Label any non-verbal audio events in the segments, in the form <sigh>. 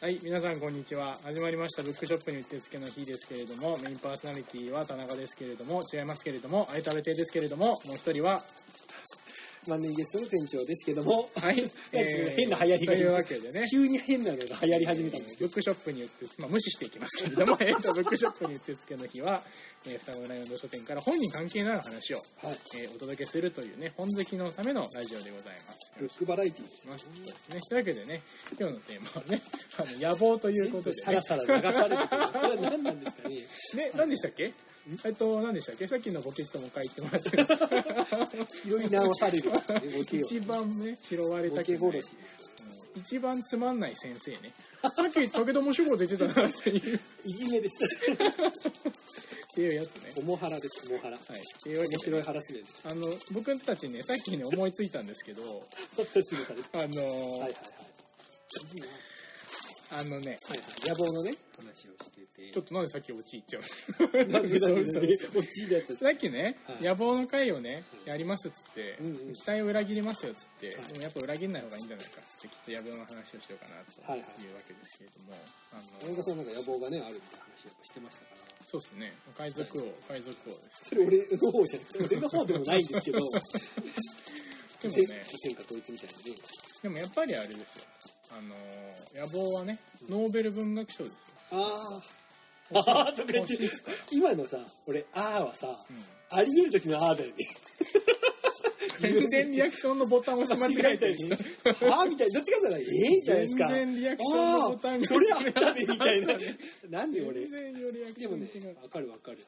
はい、皆さんこんにちは。始まりましたブックショップにうってつけの日ですけれども、メインパーソナリティは田中ですけれども、違いますけれども、相田部亭ですけれども、もう一人は、万年ゲストの店長ですけども、はい、なんか変な流行りがというわけでね、急に変なのが流行り始めたんですよ。ブックショップにうってつ、まあ無視していきますけれど <laughs> も、えっと、ブックショップにうってつけの日は、えー、双子のライオンの書店から本に関係のある話を、はい。えーお届けするというね、本好きのためのラジオでございます。ブックバラエティします。そうですね。というわけでね、今日のテーマはね、あの野望ということで、サラサラ流されてる。これは何なんですかね。ね、何でしたっけ？えっと何でしたっけ？さっきのボケちとも書いてもらって、拾い直される。ボケを。一番ね拾われボたケくない殺し。うん一番つまんない先生ね。さっき武田も主語出てたなっていうっいじめです。ていうやつね。おもはらです、おもはら。はい。っていうわけ面白いで、ハラスメント。あの僕たちねさっきね思いついたんですけど、ほっとするされる。あのーはいはいはい。いじめはいあのね。はい。野望のね、話をしちてょて。っとなんでさっき落ちいっちゃうな <laughs> んでだろうね。嘘嘘嘘落ちだったんですさっきね、はい野望の会をねやりますっつって、うんうん期待を裏切りますよっつって、はいでもやっぱ裏切んない方がいいんじゃないかっつってきっと野望の話をしようかなとはいはいいうわけですけれども、田あの中さんなんか野望がね、あるみたいな話をやっぱしてましたから。そうですね海賊王海賊王ですそれ俺の方じゃなくて、俺の方でもないんですけど。でもね天下統一みたいなね。でもやっぱりあれですよあのー野望はねノーベル文学賞ですよああ。ああとか言って欲しいっすか今のさ、俺、ああはさ、うんあり得る時のああだよね。全然リアクションのボタンを押し間違えたりね。ああみたいな、どっちかじゃない、ええじゃないですか。全然リアクションのボタンがああそれあったね、みたいな。なんで俺。全で然よリアクショもン違ねう、わかるわかる。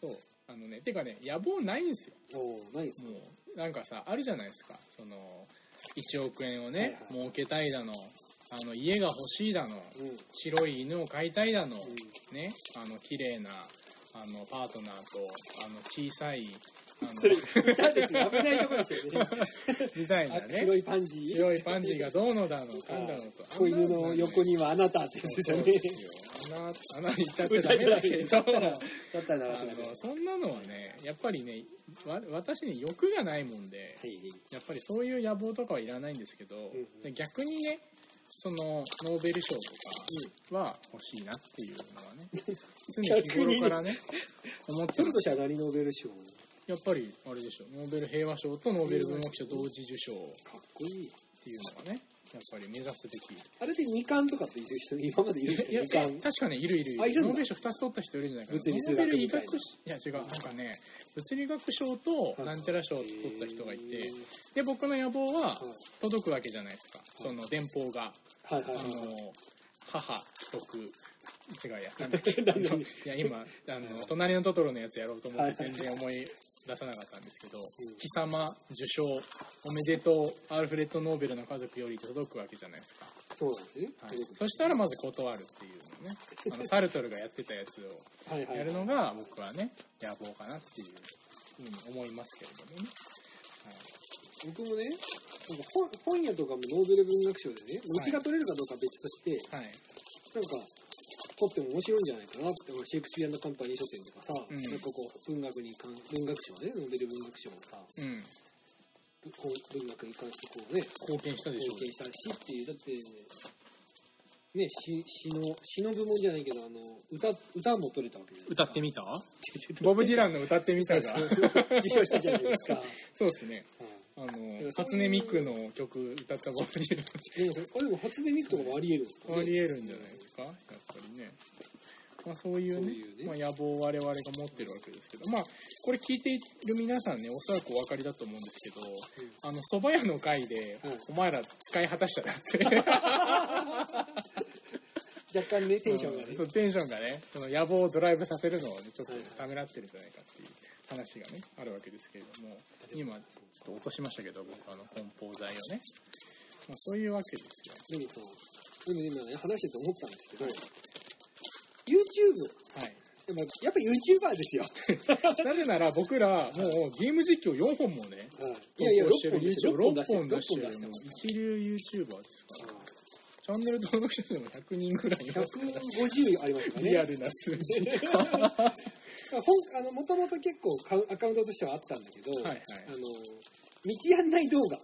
そうあのねてかね野望ないんですよおおないですね。もうなんかさあるじゃないですかその1億円をね、はいはい儲けたいだのあの家が欲しいだの、うん。うん。白い犬を飼いたいだの、ねあの綺麗なあのパートナーとあの小さいあそれ、のいたんですよ。危ないとこで <laughs> すよね。みたいなあね白いパンジー。白いパンジーがどうのだのあかんだのとあ子犬の横にはあなたってやつですそうよね。ですよ穴穴に行っちゃってダメだけだったどら、だったら流あせなくなのい。そんなのはねやっぱりねわ私に欲がないもんでやっぱりそういう野望とかはいらないんですけど、んうん逆にねそのノーベル賞とかは欲しいなっていうのはね常日頃からね思って取るるとしたら何ノーベル賞かやっぱりあれでしょノーベル平和賞とノーベル文学賞同時受賞っっこいい。ていうのがねやっぱり目指すべきあれで二冠とかっていう人、今までいるんですいやけど、い二や冠確。かねいるいるあいるんだノーベル賞2つ取った人いるんじゃないかなノ物理ーベ数学ル医みたいな学士いや違うなんかね物理学賞となんちゃら賞を取った人がいてで僕の野望は届くわけじゃないですかその電報がはいはいあのはい。母既得違 <laughs> うやなんだっけ <laughs> 何あのいや今あの隣のトトロのやつやろうと思はっいて全然思い出さなかったんですけどん「貴様受賞おめでとうアルフレッド・ノーベルの家族より」って届くわけじゃないですか、そうなんですね。はい、そしたらまず断るっていうの <laughs> ねあのサルトルがやってたやつをはいはいやるのが僕はね野望かなっていうふうに思いますけれどもね、はい僕もね、なんか本本屋とかもノーベル文学賞でね、うちが取れるかどうかは別として、はい、なんか、取っても面白いんじゃないかなって、シェイクスピアのカンパニー書店とかさ、うんなんかこう、文学に関、文学賞ね、ノーベル文学賞をさ、うん、こう文学に関してこうね、貢献したでしょ貢献したしっていうだってね詩詩の詩の部門じゃないけどあの歌歌も取れたわけじゃないです歌かってみたてボブ・ディランの歌ってみたが受賞したじゃないで <laughs> すか、そうですねうあの初音ミクの曲歌ったボブ・ディん、でもそあでも初音ミクとかもありえるんですかランありえるんじゃないですかやっぱりね、まあ、そういうねそういうねまあ、野望を我々が持ってるわけですけどまあこれ聞いている皆さんねおそらくお分かりだと思うんですけど、あの蕎麦屋の会で、うお前ら使い果たしたなって若干ね <laughs> テンションがね、そうテンションがねその野望をドライブさせるのを、ね、ちょっとはいためらってるんじゃないかっていう話がねあるわけですけれども今ちょっと落としましたけど僕あの梱包材をね、まあ、そういうわけですよでもさでも今ね話してて思ったんですけど、YouTube はいでもやっぱ YouTuber ですよ、なぜなら僕らもうゲーム実況4本もねいやいや6投稿してる本出して YouTube る6本出して6本出してるもる6本出してうます一流 YouTuber ですからチャンネル登録者数も100人ぐらいいますから150ありましたからねリアルな数字 <laughs> 本あのもともと結構カウアカウントとしてはあったんだけど、はいはいあの道案内動画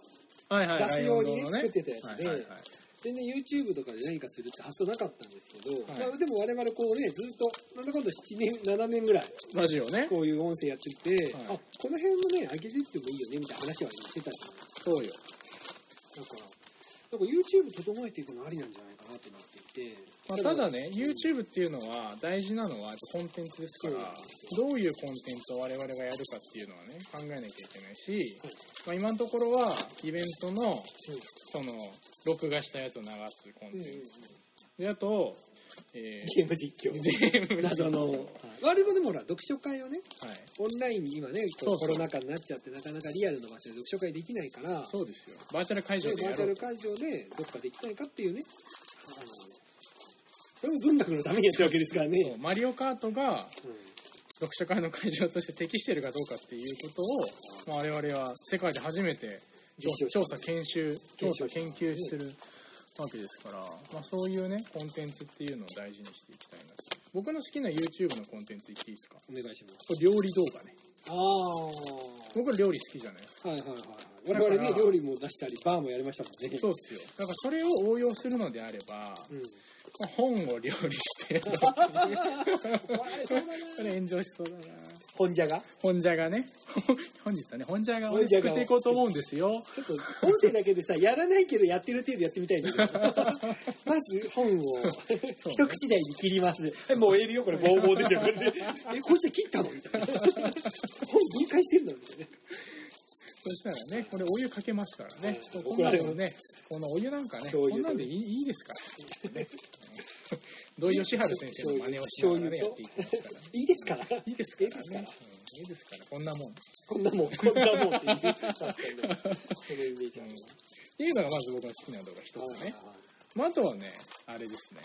はいはい出すようにラねイオン堂の作ってたやつではいはいはい全然 YouTube とかで何かするって発想なかったんですけど、はいまあ、でも我々こうねずっとなんだかんだ7年7年ぐらいラジオねこういう音声やってて、はいあこの辺もね上げてってもいいよねみたいな話はしてたじゃないそうよだからなんか YouTube 整えていくのありなんじゃないかなと思っていて、まあ、ただね YouTube っていうのは大事なのはやっぱコンテンツですからどういうコンテンツを我々がやるかっていうのはね考えなきゃいけないし、まあ、今のところはイベントのうんうんその録画したやつを流すコンテうんンうんツであと、えゲーム実況ー、ゲーム謎の、はい、あれもでもほら読書会をねはいオンラインに今ねこそううそうコロナ禍になっちゃってなかなかリアルの場所で読書会できないからねそうですよバーチャルバ会場でやーチろャうル会場でどっかできないかっていうねあのこれも文学のためにやってるわけですからねそうマリオカートがうん読書会の会場として適してるかどうかっていうことを、まあ、我々は世界で初めて実証調査研修調査研検究証するわけですから、まあ、そういうねコンテンツっていうのを大事にしていきたいなと僕の好きな YouTube のコンテンツ言っていいですかこお願いしますれ料理動画ねああ僕料理好きじゃないですかはいはいはいはい我々ねだから料理も出したりバーもやりましたもんねそうっすよだからそれを応用するのであれば、うんまあ本を料理してそれ炎上しそうだな <laughs> 本じゃが本じゃがね <laughs> 本日はね本じゃがをね本じゃ作がをっていこうと思うんですよちょっと音声だけでさやらないけどやってる程度やってみた <laughs> いんだけどまず本を一口大に切りますえもうえるよこれボーボーです <laughs> よこれでえこいつ切ったのみたいな本分解してんのみたいなそしたらね、これお湯かけますからね。はいこんなのね、このお湯なんかね、こ醤油んなとんでいいいいですから。土井善晴先生の真似をしながらね、や醤油っていきますから。いいですからいいですからいいですね。うんいいですから、こんなもん。っこんなもんこんなもんっていう確かにねそのイメージあるていうのがまず僕の好きな動画一わつね。まあ、あとはね、あれですね。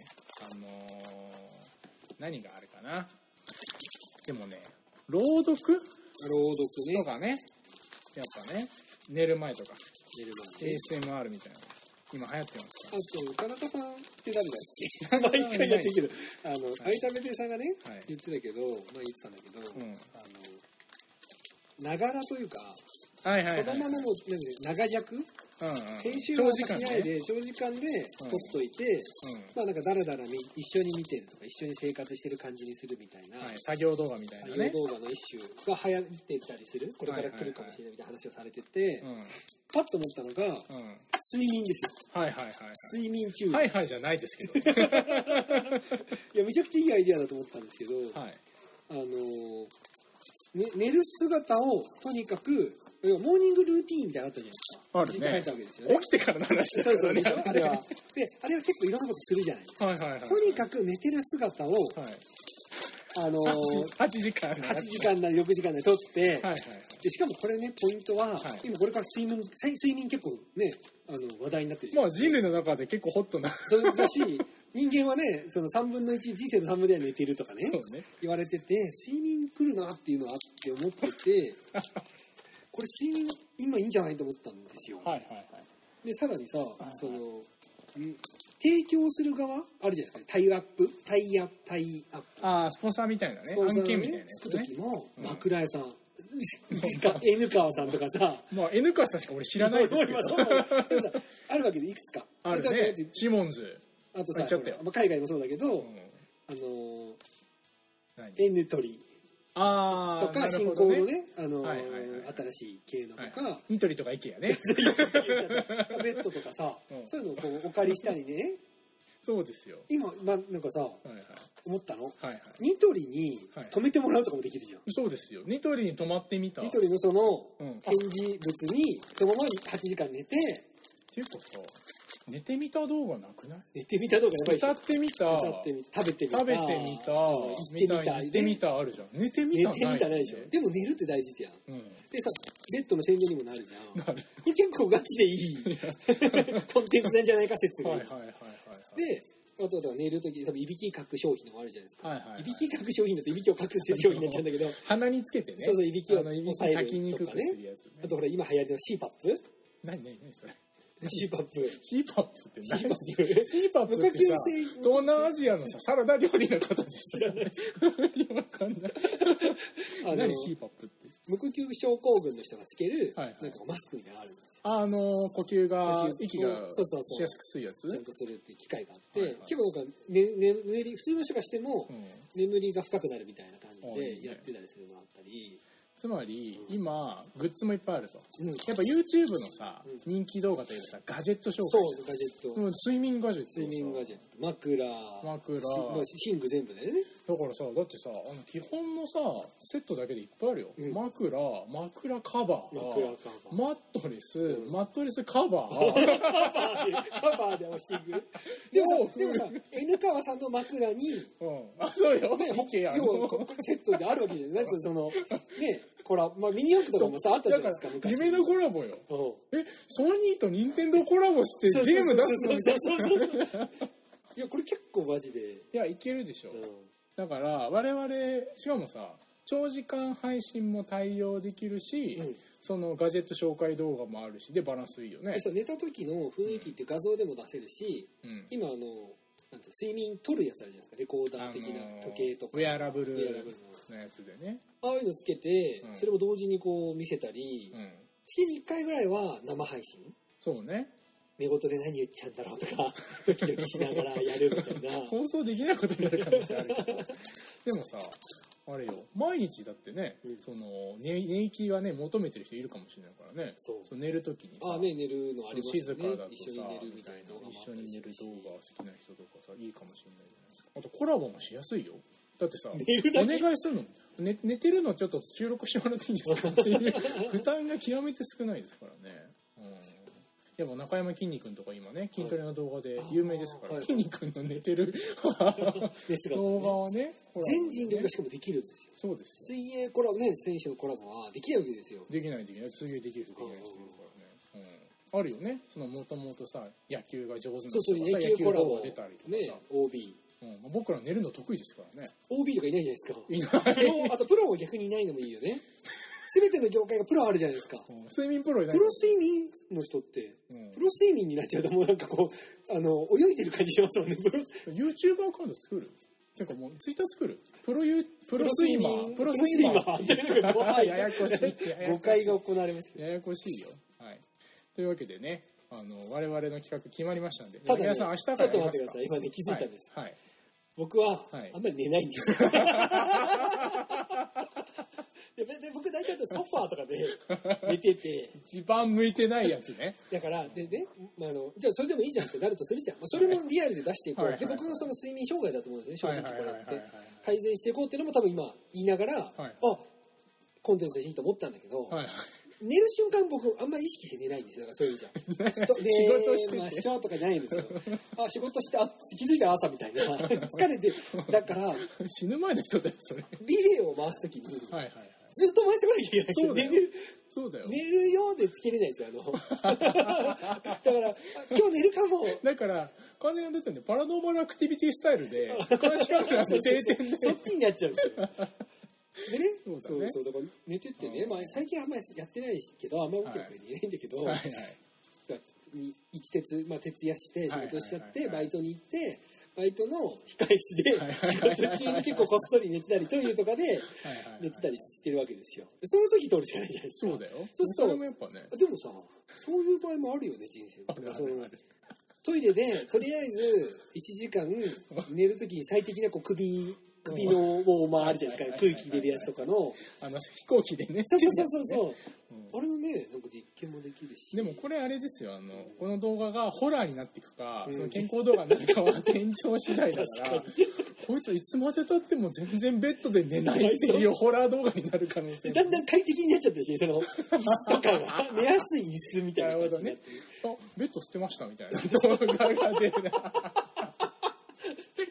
あのー何があるかな。でもね、朗読朗読ねとかね、やっぱね、寝る前とか、寝る前ね ASMR みたいなの、今流行ってますから。あと田中さんって誰だっけ <laughs> 毎回やってるけどあのい相田ベテさんがねはい言ってたけど前言ってたんだけどうんあのながらというかはいはい、はい。そのままのなんで長尺うんうん、編集長を時間しないねで長時間で撮うんっといてうまあなんかだらだらみ一緒に見てるとか一緒に生活してる感じにするみたいなんはい、作業動画みたいな作業ね、動画の一種が流行ってたりするこれから来るかもしれないみたいな話をされててうんうん、パッと思ったのが睡眠ですはいはいはいはよ睡眠中いはいはいじゃないですけ <laughs> どいやめちゃくちゃいいアイデアだと思ったんですけどはいあのーね、寝る姿をとにかく要はモーニングルーティーンみたいなのあったじゃないですかあるね書いたわけですよ起ねきてからの話だそかうそらうねでしょあ <laughs> れはであれは結構いろんなことするじゃないはいはいはいとにかく寝てる姿を、はいあのー8時間のや8つ時間なり6時間なり撮って、はいはいでしかもこれねポイントは、い今これから睡眠睡睡眠結構ねあの話題になってるじゃまなあい人類の中で結構ホットなそそれだし人間はねその3分の1人生の3分では寝てるとかねうね言われてて睡眠来るなっていうのはあって思っ <laughs> ててこれ睡眠今いいんじゃないと思ったんですよ、はいはいはいでさらにさ、いそのん提供する側あるじゃないですかタイアップタイアタイアップああスポンサーみたいなねスポンサー案が件みたいなやつくつね時も <laughs> 枕屋さん、か N 川さんとかさまあ N 川さんしか俺知らないですけどまあそうなんだでもさあるわけでいくつか <laughs> あるねシモンズあとあ言さっちゃったよほらまあ海外もそうだけど、うんあのー何 N 鳥ああとかなる新ほ興どのねねあのーはいはいはいはい新しい系のとはいか、ニトリとか IKEA <laughs> ね言っちゃったベッドとかさ、うんそういうのをこうお借りしたりねそうですよ今、まあ、なんかさはいはい思ったの、はいはいニトリにはい泊めてもらうとかもできるじゃん、そうですよニトリに泊まってみたニトリのそのうん展示物にそのまま8時間寝てっていうかさ寝てみた動画なくない寝てみたとかやばいでし歌ょってみた歌ってみた食べてみた食べてみた行ってみた行ってみねたあるじゃん寝てみ寝たてみたないでしょよねでも寝るって大事ってやんうんでさベッドの宣伝にもなるじゃんなるこれ結構ガチでいい <laughs> コンテンツなんじゃないか説がはいいはいはいはいで、あとだから寝るとき、多分いびきかく商品のもあるじゃないですか。はいはいはいいびきかく商品だといびきを隠してる商品になっちゃうんだけど、鼻につけてねそうそういびきをあのいびき抑える炊きにくくするやつねあとほら今流行りの CPAP? 何何何それシーパップ。 <laughs> シーパップって何シーパップシーパップってさ無課金制東南アジアのさサラダ料理の方ですよねいやわかんないあの何シーパップって無呼吸症候群の人がつける、はいはいなんかマスクみたいなのあるんですよ。あの呼吸が呼吸息がそうそうそうしやすくするやつちゃんとするっていう機会があって、はいはい結構なんか、ねね、眠り、普通の人がしても、うん眠りが深くなるみたいな感あじあいいでねやってたりするのがあったり、つまり今グッズもいっぱいあるとうん、やっぱ YouTube のさうん人気動画というかさガジェット紹そ介じう、ガジェッゃんト、うん睡眠ガジェットをさ睡眠ガジェット、枕、枕しまあ寝具全部でね。だからさだってさあの基本のさセットだけでいっぱいあるよ、うん枕枕カバー枕カバーマットレス、マットレスカバーカバーで押していく。でももさ、うでもさ、N 川さんの枕に、うんあそうよ、ね、ホッケーやん要はこセットであるわけじゃない。なんつうのその、ね、ほら、まあ、ミニ四駆とかもさ、あったじゃないですか、だから昔。夢のコラボようんえソニーと任天堂コラボしてゲーム出すのみたいなそうそうそうそういやこれ結構マジで、いやいけるでしょ、うん、だから我々しかもさ長時間配信も対応できるし、うんそのガジェット紹介動画もあるしでバランスいいよねで、さ寝た時の雰囲気って画像でも出せるし、うん、今あのなんていうの睡眠取るやつあるじゃないですかレコーダー的なあのー時計とか、ウェアラブルウェアラブルのやつでね、ああいうのつけて、うんそれも同時にこう見せたり、うん、月に1回ぐらいは生配信そうね寝言で何言っちゃうんだろう <laughs> とかドキドキしながらやるみたいな放送できないことになる可能性ある <laughs> けどでもさあれよ毎日だってね、うんその寝寝息はね求めてる人いるかもしれないからねそう寝る時にさああね寝るのあそりまのす静よかだねとさ一緒に寝るみたいな動画もあ一った緒にりす寝るるし動画好きな人とかさいいかもしれないじゃないですかあとコラボもしやすいよだってさ寝るだけお願いするの、ね、寝てるのちょっと収録してもらっていいですかっていう <laughs> 負担が極めて少ないですからね、うん、やっぱ中山きんに君とか今ね筋トレの動画で有名ですかはらいきんに君の寝てる <laughs> ですが、動画はねコラボ全人類がねしかもできるんですよそうですよ水泳コラボね選手のコラボはできないわけですよできないできない水泳できる人できない人いるからね、うん、あるよねそのもともとさ野球が上手なそう人そうがさ野球コラ野球動ボ画出たりとかねさ、 OB うんまあ僕ら寝るの得意ですからね OB とかいないじゃないいですなかいそうあとプロも逆にいないのもいいよね全ての業界がプロあるじゃないですかうん睡眠プロになプロ睡眠の人って、うんプロ睡眠になっちゃうともうなんかこうあの泳いでる感じしますもんねプロ YouTuber アカウント作るていうかもうツイッター作るプロユプロスイマープロ睡眠プロっていうのが怖いややこしいややこしい誤解が行われますややこしいよはいというわけでねあの我々の企画決まりましたんで、ただね皆さん明日からやりますちょっと待ってかください今ね気づいたんですはい、はい僕は、はいあんまり寝ないんです <laughs> よ。でで僕大体ソファーとかで寝てて一番向いてないやつねだからでね、まあ、あのじゃあそれでもいいじゃんってなるとするじゃん、まあ、それもリアルで出していこう、はいはいで僕のその睡眠障害だと思うんですね正直これっはいはいてはいはいはい改善していこうっていうのも多分今言いながら、あコンテンツでいいと思ったんだけど、 <laughs> はい寝る瞬間僕あんまり意識して寝ないんですよだからそういう意味じゃと <laughs> 寝仕事しててましょうとかないんですよあ仕事してあ気づいたら朝みた <laughs> いな疲れてだから死ぬ前の人だよそれはリレーを回すときに、ずっいはいはいと回してこなきゃいけないですそよ。うだ寝よれる、そうだよ寝るようでつけれないですよ、あの。 <laughs> だから、あ今日寝るかも。だから完全に出てるんでパラノーマルアクティビティスタイルで監視カメラの <laughs> そ定うそうそ点でうそっちになっちゃうんですよ。でね、そうだそうねそうだから寝てってね、うんまあ、最近あんまりやってないけど、あんまり大きな声で言えないんだけど、はいはいだからに一徹、まあ、徹夜して仕事しちゃっはいて、はいはいはいバイトに行って、バイトの控え室ではいはい仕事中に結構こっそり寝てたり、トイレとかではいはいはい寝てたりしてるわけですよ。でその時撮るしかないじゃないですか。そうだよそうするとれもやっぱねでもさ、そういう場合もあるよね、人生。あるあそるのあるトイレで、とりあえず、1時間寝るときに最適なこう首、首のウォーマーあるじゃないですか、うん空気入れるやつとかの。あの飛行機でねそうそうそうそう。うあれのね、なんか実験もできるし。でもこれあれですよあのこの動画がホラーになっていくか、んその健康動画になる <laughs> かは店長次第だから確かこいついつまでたっても全然ベッドで寝ないっていうホラー動画になる可能性もだんだん快適になっちゃったしね、その、椅子とか <laughs> が。寝やすい椅子みたいななる感ほじどになっねて。あベッド捨てましたみたいな <laughs> 動画が出る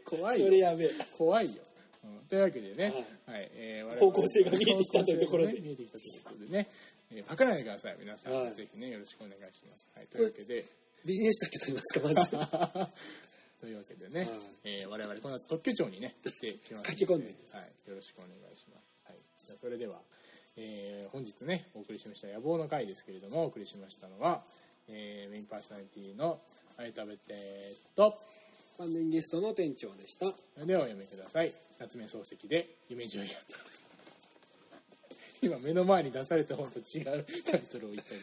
怖いよそれやべえ。怖いよ、うんというわけでね、はいえー我々方向性が見えてきたというところで方向性がね見えてきたということでね、えーパクらないでください皆さん、はいぜひねよろしくお願いします、はい、というわけで <laughs> ビジネスだけ取ります <laughs> か、まず。というわけでね、いえー我々この後特許庁にね行ってきますの書き込んではい、よろしくお願いします、はい、じゃあそれでは、えー本日ねお送りしました野望の会ですけれどもお送りしましたのはえーメインパーソナリティのあいたべてと完全ゲストの店長でしたそれではお読みください夏目漱石で夢十夜今目の前に出された本と違うタイトルを言ったけど